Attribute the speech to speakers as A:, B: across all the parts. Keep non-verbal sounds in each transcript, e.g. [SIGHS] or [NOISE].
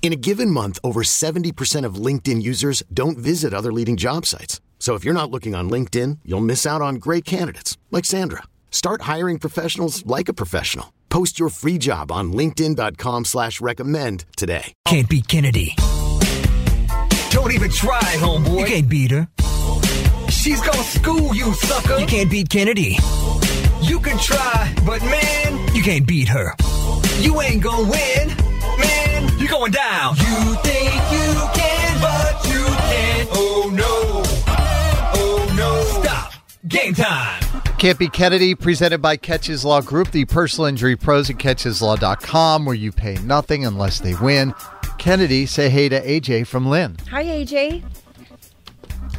A: In a given month, over 70% of LinkedIn users don't visit other leading job sites. So if you're not looking on LinkedIn, you'll miss out on great candidates like Sandra. Start hiring professionals like a professional. Post your free job on linkedin.com slash recommend today.
B: Can't beat Kennedy.
C: Don't even try, homeboy.
B: You can't beat her.
C: She's gonna school you, sucker.
B: You can't beat Kennedy.
C: You can try, but man,
B: You can't beat her.
C: you ain't gonna win. Man, you're going down. You think you can, but you can't. Oh no. Oh no. Stop. Game time.
D: Can't be Kennedy, presented by Catches Law Group, the personal injury pros at catcheslaw.com, where you pay nothing unless they win. Kennedy, say hey to AJ from Lynn.
E: Hi, AJ.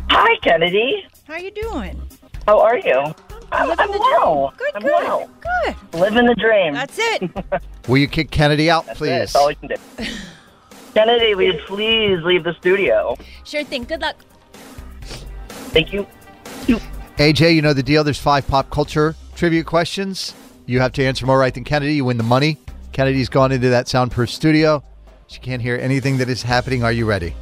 F: Hi, Kennedy.
E: How you doing?
F: How are you? I'm,
E: Living
F: I'm
E: the dream.
F: well.
E: Good,
F: I'm
E: good,
F: well.
E: good.
F: Living the dream.
E: That's
F: [LAUGHS]
E: it.
D: Will you kick Kennedy out,
F: That's it.
D: please?
F: That's all
E: [SIGHS]
F: we can do. Kennedy, will you please leave the studio?
E: sure thing. Good luck.
F: Thank you.
D: AJ, you know the deal. There's five pop culture trivia questions. You have to answer more right than Kennedy. You win the money. Kennedy's gone into that soundproof studio. She can't hear anything that is happening. Are you ready?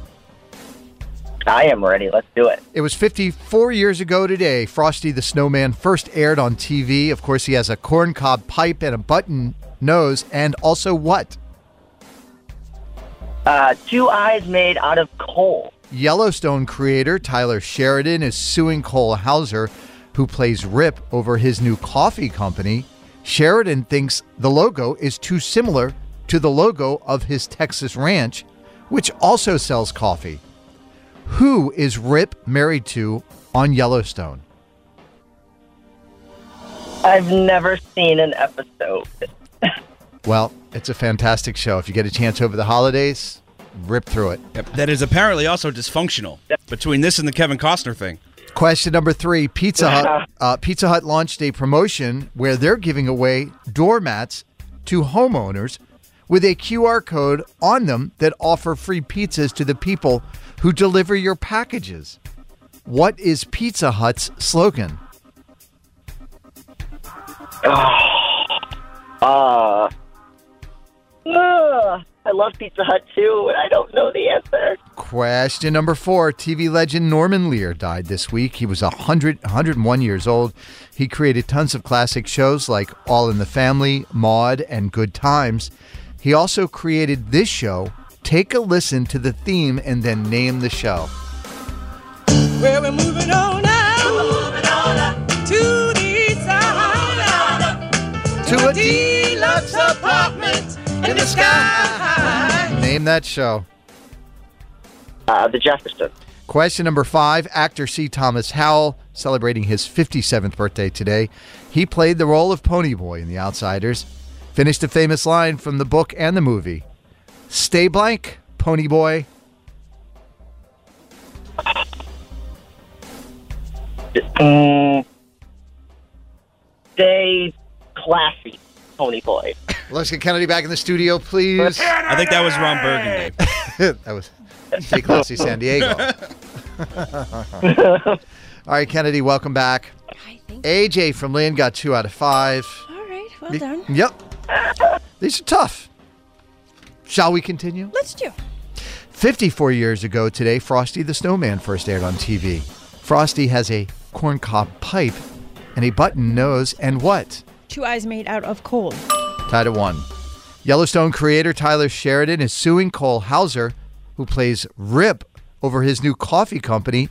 F: I am ready. Let's do it.
D: It was 54 years ago today. Frosty the Snowman first aired on TV. Of course, he has a corncob pipe and a button nose, and also what?
F: Uh, two eyes made out of coal.
D: Yellowstone creator Tyler Sheridan is suing Cole Hauser, who plays Rip, over his new coffee company. Sheridan thinks the logo is too similar to the logo of his Texas ranch, which also sells coffee. Who is Rip married to on Yellowstone?
F: I've never seen an episode.
D: Well, it's a fantastic show. If you get a chance over the holidays, rip through it.
G: that is apparently also dysfunctional between this and the Kevin Costner thing.
D: Question number three: Pizza Hut. Uh, Pizza Hut launched a promotion where they're giving away doormats to homeowners with a QR code on them that offer free pizzas to the people who deliver your packages. What is Pizza Hut's slogan?
F: Uh, ugh, I love Pizza Hut too, and I don't know the answer.
D: Question number four. TV legend Norman Lear died this week. He was 100, 101 years old. He created tons of classic shows like All in the Family, Maude, and Good Times. He also created this show. Take a listen to the theme and then name the show.
H: Well, we're moving on now. To the east side.
D: To a
H: Deluxe apartment in the sky.
D: Name that show.
F: Uh, the Jefferson.
D: Question number five. Actor C. Thomas Howell, celebrating his 57th birthday today. He played the role of Ponyboy in The Outsiders. Finished a famous line from the book and the movie Stay blank, Ponyboy.
F: Mm. Stay classy, Pony Boy.
D: Let's get Kennedy back in the studio, please.
G: I think that was Ron Burgundy.
D: that was Stay Classy San Diego. [LAUGHS] All right, Kennedy, welcome back.
E: I think.
D: AJ from Lynn got two out of five.
E: All right. Well done.
D: Yep. These are tough. Shall we continue?
E: Let's do.
D: 54 years ago today, Frosty the Snowman first aired on TV. Frosty has a corncob pipe and a button nose and what?
E: Two eyes made out of coal.
D: Tied at one. Yellowstone creator Tyler Sheridan is suing Cole Hauser, who plays Rip, over his new coffee company.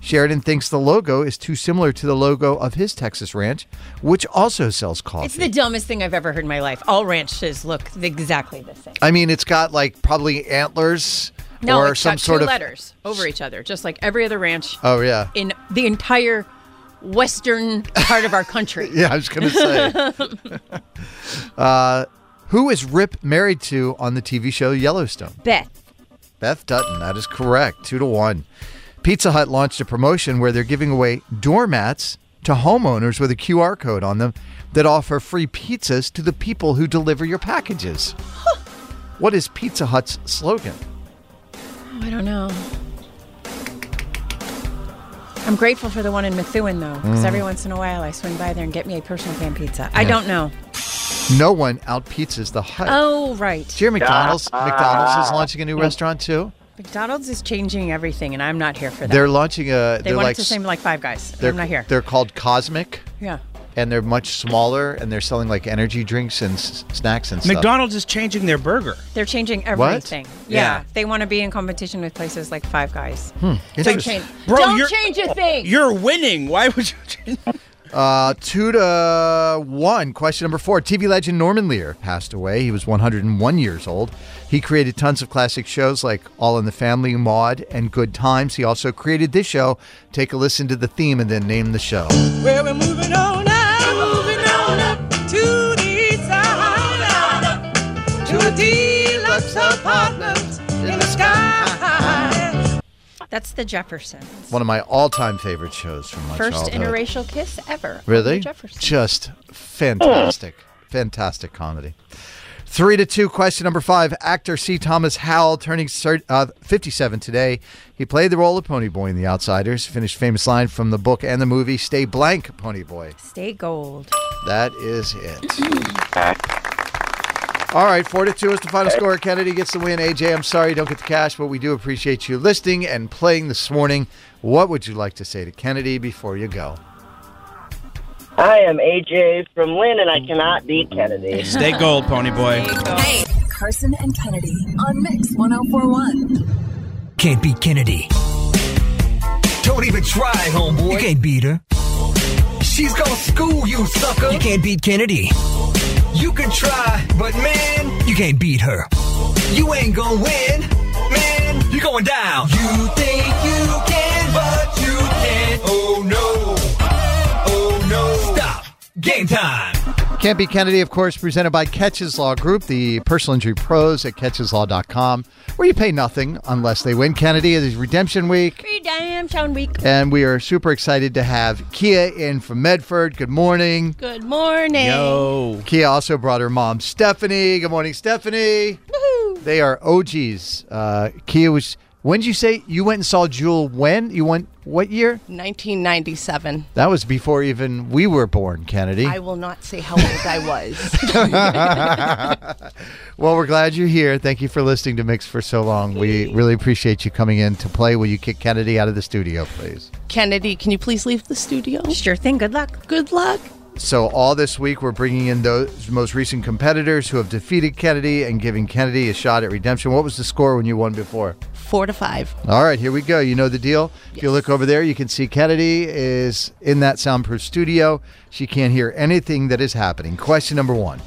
D: Sheridan thinks the logo is too similar to the logo of his Texas ranch, which also sells coffee.
I: It's the dumbest thing I've ever heard in my life. All ranches look exactly the same.
D: I mean, it's got like probably antlers
I: No,
D: or
I: it's
D: some
I: got
D: sort
I: two
D: of
I: letters over each other, just like every other ranch
D: Oh yeah.
I: in the entire western part of our country.
D: [LAUGHS] Yeah, I was gonna say.
E: [LAUGHS]
D: Uh, who is Rip married to on the TV show Yellowstone?
E: Beth.
D: Beth Dutton. That is correct. Two to one. Pizza Hut launched a promotion where they're giving away doormats to homeowners with a QR code on them that offer free pizzas to the people who deliver your packages. What is Pizza Hut's slogan?
E: Oh, I don't know. I'm grateful for the one in Methuen, though, because
D: Mm.
E: every once in a while I swing by there and get me a personal pan pizza. I
D: Yeah.
E: don't know.
D: No one out pizzas the Hut.
E: Oh, right.
D: Dear McDonald's, McDonald's is launching a new restaurant too.
E: McDonald's is changing everything, and I'm not here for that.
D: They're launching a.
E: They
D: are
E: want
D: like
E: it to seem like Five Guys. and
D: They're,
E: I'm not here.
D: They're called Cosmic,
E: Yeah.
D: and they're much smaller, and they're selling like energy drinks and s- snacks and stuff.
G: McDonald's is changing their burger.
E: They're changing
D: What?
E: everything.
D: Yeah.
E: Yeah. They want to be in competition with places like Five Guys.
D: Hmm,
E: Don't
D: interesting.
E: change.
G: Bro,
E: don't
G: you're-
E: change a thing.
G: You're winning. Why would you?
D: Uh, two to one. Question number four. TV legend Norman Lear passed away. He was 101 years old. He created tons of classic shows like All in the Family, Maude, and Good Times. He also created this show. Take a listen to the theme and then name the show.
H: Well, we're moving on up, moving on up to the side, to a deluxe apartment in the sky.
E: That's the Jeffersons.
D: One of my all-time favorite shows from my
E: First
D: childhood.
E: interracial kiss ever.
D: Really?
E: Jefferson.
D: Just fantastic. fantastic comedy. Three to two. Question number five. Actor C. Thomas Howell turning cert- uh, 57 today. He played the role of Pony Boy in The Outsiders. Finished famous line from the book and the movie Stay Blank, Pony Boy.
E: Stay gold.
D: That is it. All right, four to two is the final score. Kennedy gets the win. AJ, I'm sorry you don't get the cash, but we do appreciate you listening and playing this morning. What would you like to say to Kennedy before you go?
F: I am AJ from Lynn, and I cannot be Kennedy.
G: Stay gold, pony boy.
J: Hey, Carson and Kennedy on Mix 1041.
B: Can't beat Kennedy.
C: Don't even try, homeboy.
B: You can't beat her.
C: She's gonna school you, sucker.
B: You can't beat Kennedy.
C: You can try, but man,
B: You can't beat her.
C: you ain't gonna win. Man, you're going down. You think you can, but you can't. Oh no. Oh no. Stop. Game time.
D: Can't be Kennedy, of course, presented by Catches Law Group, the personal injury pros at catcheslaw.com, where you pay nothing unless they win. Kennedy, it is Redemption Week,
E: Redemption week.
D: and we are super excited to have Kia in from Medford. Good morning.
E: Good morning.
D: Kia also brought her mom, Stephanie. Good morning, Stephanie. They are OGs. Uh, Kia was. When did you say you went and saw Jewel? When you went? What year?
K: 1997.
D: That was before even we were born, Kennedy.
K: I will not say how old I
G: [LAUGHS]
K: was.
D: well, we're glad you're here. Thank you for listening to Mix for so long. We really appreciate you coming in to play. Will you kick Kennedy out of the studio, please?
K: Kennedy, can you please leave the studio?
E: Sure thing. Good luck.
K: Good luck.
D: So, all this week, we're bringing in those most recent competitors who have defeated Kennedy and giving Kennedy a shot at redemption. What was the score when you won before?
K: Four to five.
D: All right, here we go. You know the deal. If you look over there, you can see Kennedy is in that soundproof studio. She can't hear anything that is happening. Question number one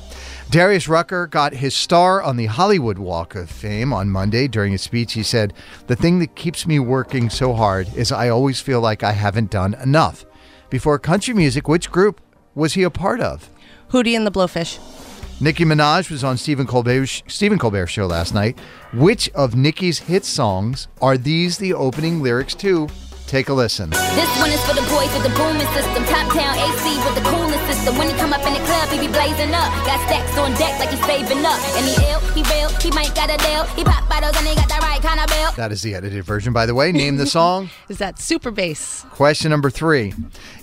D: Darius Rucker got his star on the Hollywood Walk of Fame on Monday. During his speech, he said, The thing that keeps me working so hard is I always feel like I haven't done enough. Before country music, which group was he a part of?
K: Hootie and the Blowfish.
D: Nicki Minaj was on Stephen Colbert's, Stephen Colbert's show last night. Which of Nicki's hit songs are these the opening lyrics to? Take a listen.
L: This one is for the boys with the booming system. Top down AC with the cooling system. When he come up in the club, he be blazing up. Got stacks on deck like he's saving up. And he ill, he real, he might got a deal. He pop bottles and he got the right kind of bill.
D: That is the edited version, by the way. Name the song.
K: Is that Super Bass?
D: Question number three.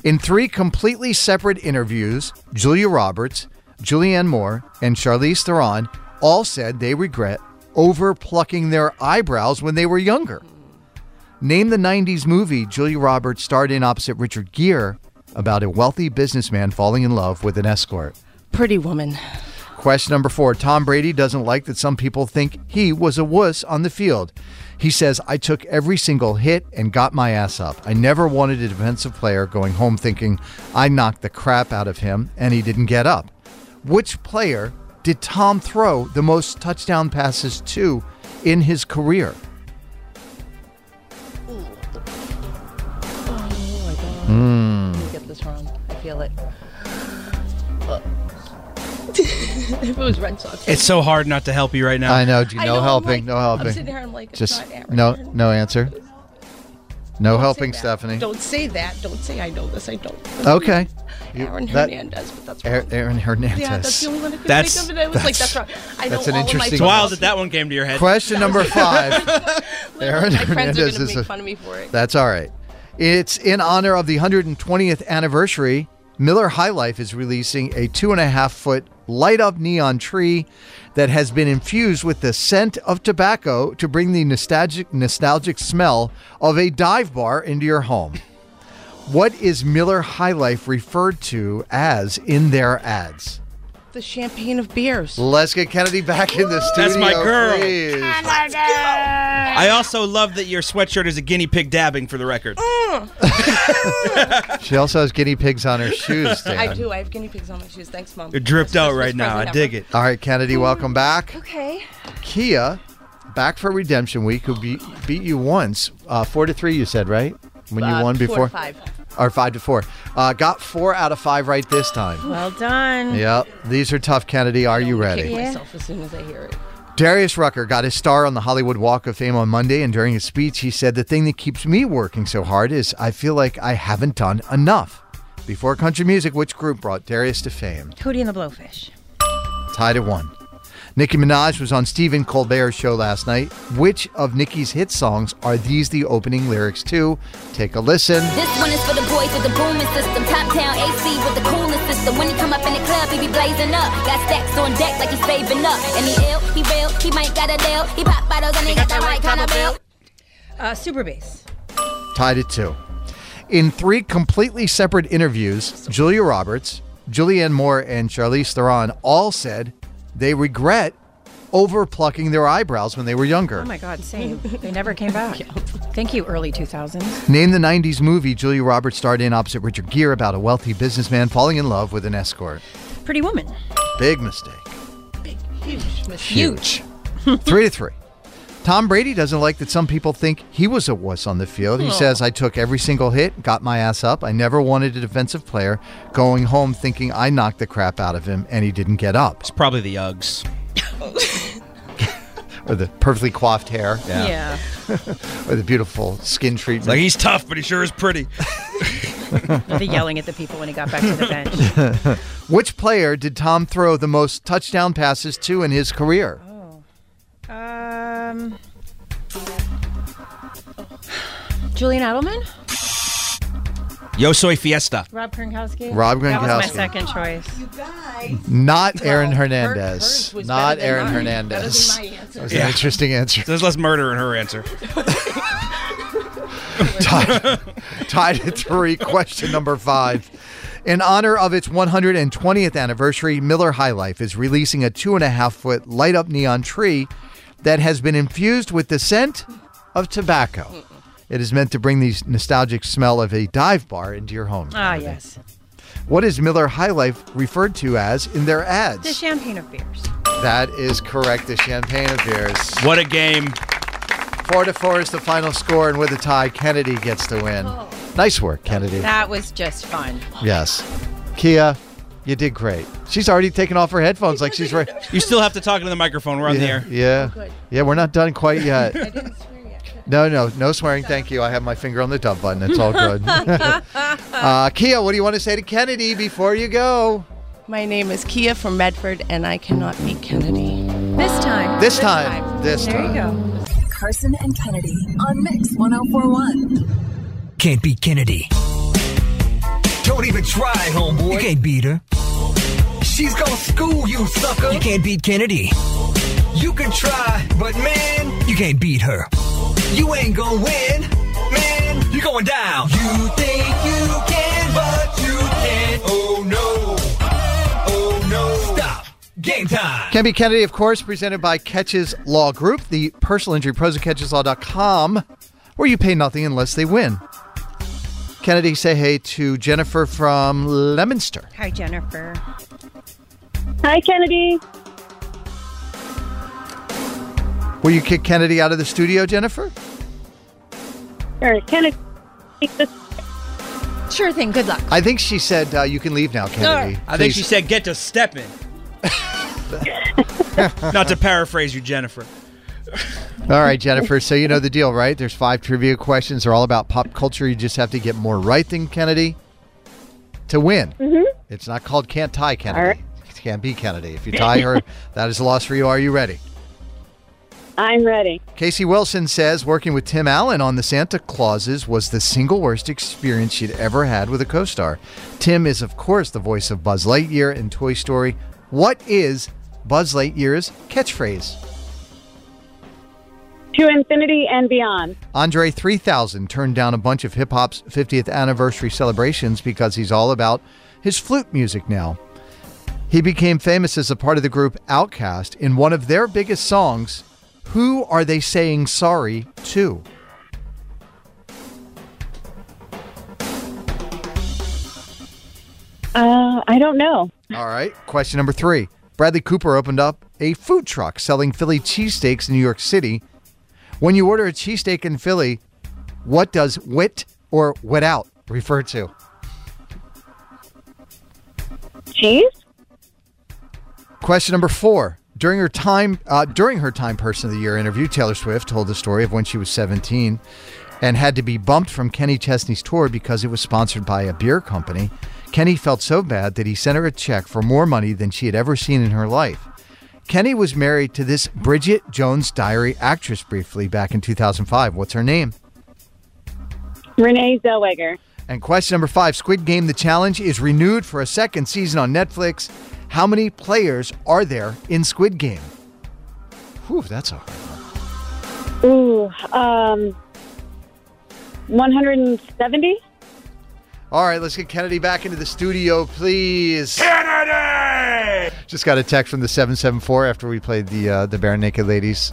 D: In three completely separate interviews, Julia Roberts, Julianne Moore, and Charlize Theron all said they regret over plucking their eyebrows when they were younger. Name the 90s movie Julia Roberts starred in opposite Richard Gere about a wealthy businessman falling in love with an escort.
K: Pretty Woman.
D: Question number four Tom Brady doesn't like that some people think he was a wuss on the field. He says, I took every single hit and got my ass up. I never wanted a defensive player going home thinking, I knocked the crap out of him and he didn't get up. Which player did Tom throw the most touchdown passes to in his career?
K: Hmm. Let me get this wrong. I feel it. Uh, if it was Red Sox.
G: It's so hard not to help you right now.
D: I know. Do you
K: I
D: no
K: know, I'm
D: helping.
K: like-
D: no
K: I'm
D: helping.
K: sitting there, I'm like, it's
D: just
K: not Aaron.
D: no, no answer. No helping,
K: that.
D: Stephanie.
K: Don't say that. Don't say I know this. I don't.
D: Okay. You-
K: Aaron
D: that-
K: Hernandez, but that's
D: Aaron,
K: wrong.
D: Aaron Hernandez.
K: Yeah, that's the only one I could
D: That's-
K: think of, and I was like, that's wrong. I know
D: that's an
K: all
D: interesting-
K: Of
G: It's
K: my
G: wild that that one came to your head.
D: Question
K: [LAUGHS]
D: number five. Aaron
K: my friends are gonna
D: Hernandez is
K: make
D: a-
K: fun of me for it.
D: That's all right. It's in honor of the 120th anniversary. Miller High Life is releasing a two and a half foot light up neon tree that has been infused with the scent of tobacco to bring the nostalgic nostalgic smell of a dive bar into your home. What is Miller High Life referred to as in their ads?
E: The champagne of beers.
D: Let's get Kennedy back in the studio.
G: That's my girl.
D: please.
G: I also love that your sweatshirt is a guinea pig dabbing for the record.
D: She also has guinea pigs on her shoes.
K: [LAUGHS]
D: Dan.
K: I do. I have guinea pigs on my shoes. Thanks, mom.
G: It dripped out right now. I dig it.
D: All right, Kennedy, welcome back.
K: Okay.
D: Kia, back for Redemption Week, who beat, beat you once, uh, four to three. You said right when you
K: Uh,
D: won
K: four to
D: before,
K: five.
D: or five to four. Uh, got four out of five right this time.
E: Well done.
D: Yep, these are tough, Kennedy. Are you ready?
K: Kick myself as soon as I hear it.
D: Darius Rucker got his star on the Hollywood Walk of Fame on Monday, and during his speech, he said, The thing that keeps me working so hard is I feel like I haven't done enough. Before country music, which group brought Darius to fame?
E: Hootie and the Blowfish.
D: Tied at one. Nicki Minaj was on Stephen Colbert's show last night. Which of Nicki's hit songs are these the opening lyrics to? Take a listen.
L: This one is for the boys with the booming system. Top town AC with the coolest system. When he come up in the club, he be blazing up. Got stacks on deck like he's saving up. And he ill, he real, he might got a deal. He pop bottles and he got the right kind of bill.
E: Uh, Super Bass.
D: Tied at two. In three completely separate interviews, Julia Roberts, Julianne Moore, and Charlize Theron all said they regret over plucking their eyebrows when they were younger.
E: Oh my God,
K: [LAUGHS]
E: same. they never came back. Thank you, early 2000s.
D: Name the 90s movie Julia Roberts starred in opposite Richard Gere about a wealthy businessman falling in love with an escort.
E: Pretty Woman.
D: Big mistake.
K: Huge. miss-
D: Huge. [LAUGHS] three to three. Tom Brady doesn't like that some people think he was a wuss on the field. He
K: Aw.
D: says, I took every single hit, got my ass up. I never wanted a defensive player going home thinking I knocked the crap out of him and he didn't get up. It's
G: probably the Uggs.
D: or the perfectly coiffed hair.
G: Yeah.
D: or the beautiful skin treatment.
G: Like he's tough, but he sure is pretty. [LAUGHS]
E: The yelling at the people when he got back to the bench.
D: Which player did Tom throw the most touchdown passes to in his career?
E: Oh. Um, Julian Edelman?
G: Yo soy fiesta.
E: Rob Gronkowski?
D: Rob
E: That was my
D: Gronkowski.
E: second
K: Oh,
E: choice. You
D: Not Aaron Hernandez.
E: was
D: Not
E: better than
D: Aaron
E: mine.
D: Hernandez.
E: That was my answer.
D: That was an interesting answer.
G: There's less murder in her answer.
D: tied, [LAUGHS] tied at three. Question number five. In honor of its 120th anniversary, Miller High Life is releasing a two and a half foot light up neon tree that has been infused with the scent of tobacco. It is meant to bring the nostalgic smell of a dive bar into your home.
E: Ah, yes.
D: What is Miller High Life referred to as in their ads?
E: The champagne of beers.
D: That is correct. The champagne of beers.
G: What a game.
D: Four to four is the final score, and with a tie, Kennedy gets the win.
E: Oh.
D: Nice work, Kennedy.
I: That was just fun.
D: Yes. Kia, you did great. She's already taken off her headphones like she's right.
G: You still have to talk into the microphone. We're on the
D: yeah,
G: air.
D: yeah. Yeah, we're not done quite yet. No, no, no swearing. Thank you. I have my finger on the dub button. It's all good. uh, Kia, what do you want to say to Kennedy before you go?
K: My name is Kia from Medford, and I cannot beat Kennedy.
J: This time.
D: This time. This
J: There
D: time.
J: you go. Carson and Kennedy on Mix 1041.
B: Can't beat Kennedy.
C: Don't even try, homeboy.
B: You can't beat her.
C: She's gonna school you, sucker.
B: You can't beat Kennedy.
C: You can try, but man,
B: You can't beat her.
C: you ain't gonna win. Man, you're going down. You think you can, but you can't. Oh no. Oh no. Stop. Game time.
D: Can be Kennedy, of course, presented by Catches Law Group, the personal injury pros at catcheslaw.com, where you pay nothing unless they win. Kennedy, say hey to Jennifer from Leominster.
M: Hi, Jennifer.
N: Hi, Kennedy.
D: Will you kick Kennedy out of the studio, Jennifer?
N: Or Kennedy.
I: Sure thing. Good luck.
D: I think she said uh, you can leave now, Kennedy.
G: I think she
D: Please.
G: said, "Get to stepping." Not to paraphrase you, Jennifer.
D: All right, Jennifer. So you know the deal, right? There's five trivia questions. They're all about pop culture. You just have to get more right than Kennedy to win.
N: Mm-hmm.
D: It's not called can't tie Kennedy.
N: All right.
D: It can't be Kennedy. If you tie
N: [LAUGHS]
D: her, that is a loss for you. Are you ready?
N: I'm ready.
D: Casey Wilson says working with Tim Allen on the Santa Clauses was the single worst experience she'd ever had with a co star. Tim is, of course, the voice of Buzz Lightyear in Toy Story. What is Buzz Lightyear's catchphrase?
N: To infinity and beyond.
D: Andre 3000 turned down a bunch of hip hop's 50th anniversary celebrations because he's all about his flute music now. He became famous as a part of the group Outkast in one of their biggest songs, Who Are They Saying Sorry To?
N: Uh, I don't know.
D: All right. Question number three Bradley Cooper opened up a food truck selling Philly cheesesteaks in New York City. When you order a cheesesteak in Philly, what does wit or wit out refer to?
N: Cheese?
D: Question number four. During her time, uh, during her time person of the year interview, Taylor Swift told the story of when she was 17 and had to be bumped from Kenny Chesney's tour because it was sponsored by a beer company. Kenny felt so bad that he sent her a check for more money than she had ever seen in her life. Kenny was married to this Bridget Jones Diary actress briefly back in 2005. What's her name?
N: Renee Zellweger.
D: And question number five Squid Game The Challenge is renewed for a second season on Netflix. How many players are there in Squid Game? Whew, that's a hard
N: Ooh, um, 170?
D: All right, let's get Kennedy back into the studio, please. Kennedy! Just got a text from the 774 after we played the uh, the Bare Naked Ladies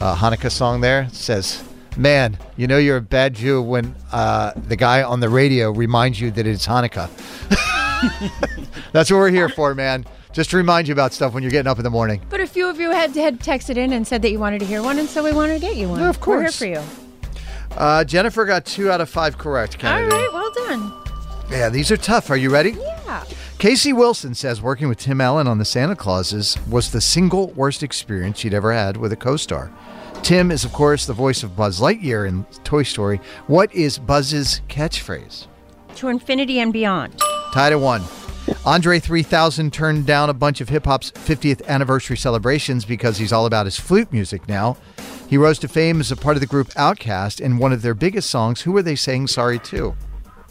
D: uh, Hanukkah song there. It says, Man, you know you're a bad Jew when uh, the guy on the radio reminds you that it's Hanukkah. [LAUGHS] That's what we're here for, man. Just to remind you about stuff when you're getting up in the morning.
I: But a few of you had had texted in and said that you wanted to hear one, and so we wanted to get you one.
D: Yeah, of course.
I: We're here for you.
D: Uh, Jennifer got two out of five correct,
I: All
D: Kennedy.
I: right. Well done.
D: Yeah, these are tough. Are you ready?
I: Yeah.
D: Casey Wilson says working with Tim Allen on The Santa Clauses was the single worst experience she'd ever had with a co star. Tim is, of course, the voice of Buzz Lightyear in Toy Story. What is Buzz's catchphrase?
I: To infinity and beyond.
D: Tied at one. Andre 3000 turned down a bunch of hip hop's 50th anniversary celebrations because he's all about his flute music now. He rose to fame as a part of the group Outkast and one of their biggest songs, Who Are They Saying Sorry To?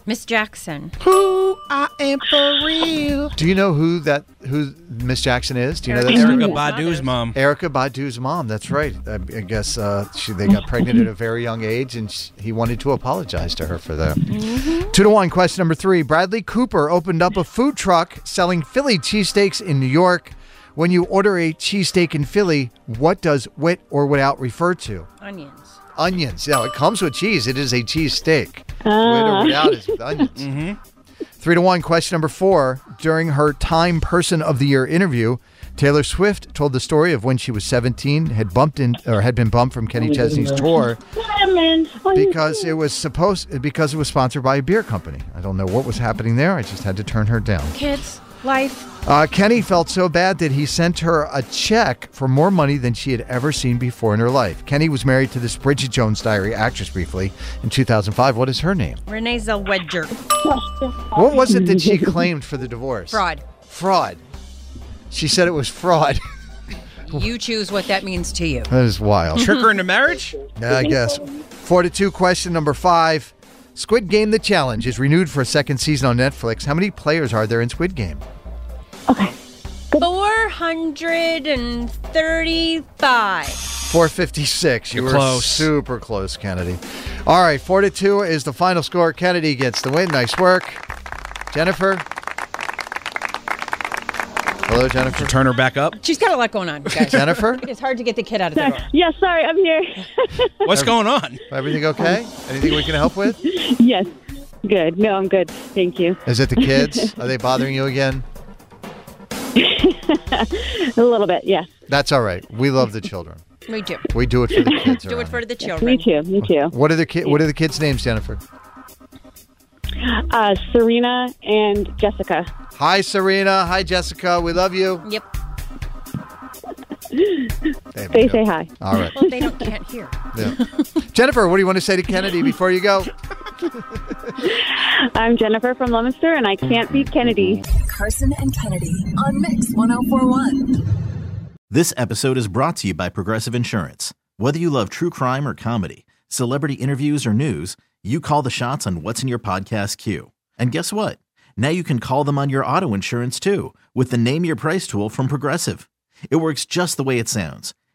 I: Miss Jackson.
H: Who I am for real.
D: Do you know who that who Miss Jackson is? Do you know that
H: Mm-hmm.
G: Erica Badu's mom.
D: Erica Badu's mom. That's right. I, I guess uh, she they got pregnant at a very young age, and sh he wanted to apologize to her for that.
H: Mm-hmm.
D: Two to one. Question number three. Bradley Cooper opened up a food truck selling Philly cheesesteaks in New York. When you order a cheesesteak in Philly, what does wit or without refer to?
I: Onions.
D: Onions. Now it comes with cheese. It is a cheesesteak. Wit or without is with onions. Three to one. Question number four. During her Time Person of the Year interview, Taylor Swift told the story of when she was 17, had bumped in or had been bumped from Kenny Chesney's tour
N: Lemon.
G: Oh,
D: because it was supposed because it was sponsored by a beer company. I don't know what was happening there. I just had to turn her down.
I: Kids. Life.
D: Uh, Kenny felt so bad that he sent her a check for more money than she had ever seen before in her life. Kenny was married to this Bridget Jones Diary actress briefly in 2005. What is her name?
I: Renee Zellweger.
D: What was it that she [LAUGHS] claimed for the divorce?
I: Fraud.
D: Fraud. She said it was fraud. [LAUGHS]
I: You choose what that means to you.
D: that is wild.
G: Trick her into marriage?
D: Yeah, I guess. Four to two. Question number five. Squid Game: The Challenge is renewed for a second season on Netflix. How many players are there in Squid Game?
I: 435.
D: 456. You
G: You're
D: were
G: close.
D: super close, Kennedy. All right, four to two is the final score. Kennedy gets the win. Nice work, Jennifer.
O: Hello, Jennifer.
P: Turn her back up.
E: She's got a lot going on, guys.
O: Jennifer?
E: It's hard to get the kid out of the door.
G: Yeah, sorry, I'm here. [LAUGHS]
P: What's going on?
O: Everything okay? Anything we can help with?
G: yes. Good. No, I'm good. Thank you.
O: Is it the kids? Are they bothering you again?
G: A little bit, yes.
O: That's all right. We love the children.
E: We do.
O: We do it for the kids.
E: Do it for the children.
G: Me too. Me too.
O: What are the ki- What are the kids' names, Jennifer?
G: Uh, Serena and Jessica.
O: Hi, Serena. Hi, Jessica. We love you.
E: Yep.
O: There we
G: They
O: go.
G: say hi.
O: All right.
E: Well, they don't can't hear.
O: Yeah. Jennifer, what do you want to say to Kennedy before you go?
G: I'm Jennifer from Leominster, and I can't beat Kennedy.
Q: Carson and Kennedy on Mix 1041.
R: This episode is brought to you by Progressive Insurance. Whether you love true crime or comedy, celebrity interviews or news, you call the shots on what's in your podcast queue. And guess what? Now you can call them on your auto insurance too with the Name Your Price tool from Progressive. It works just the way it sounds.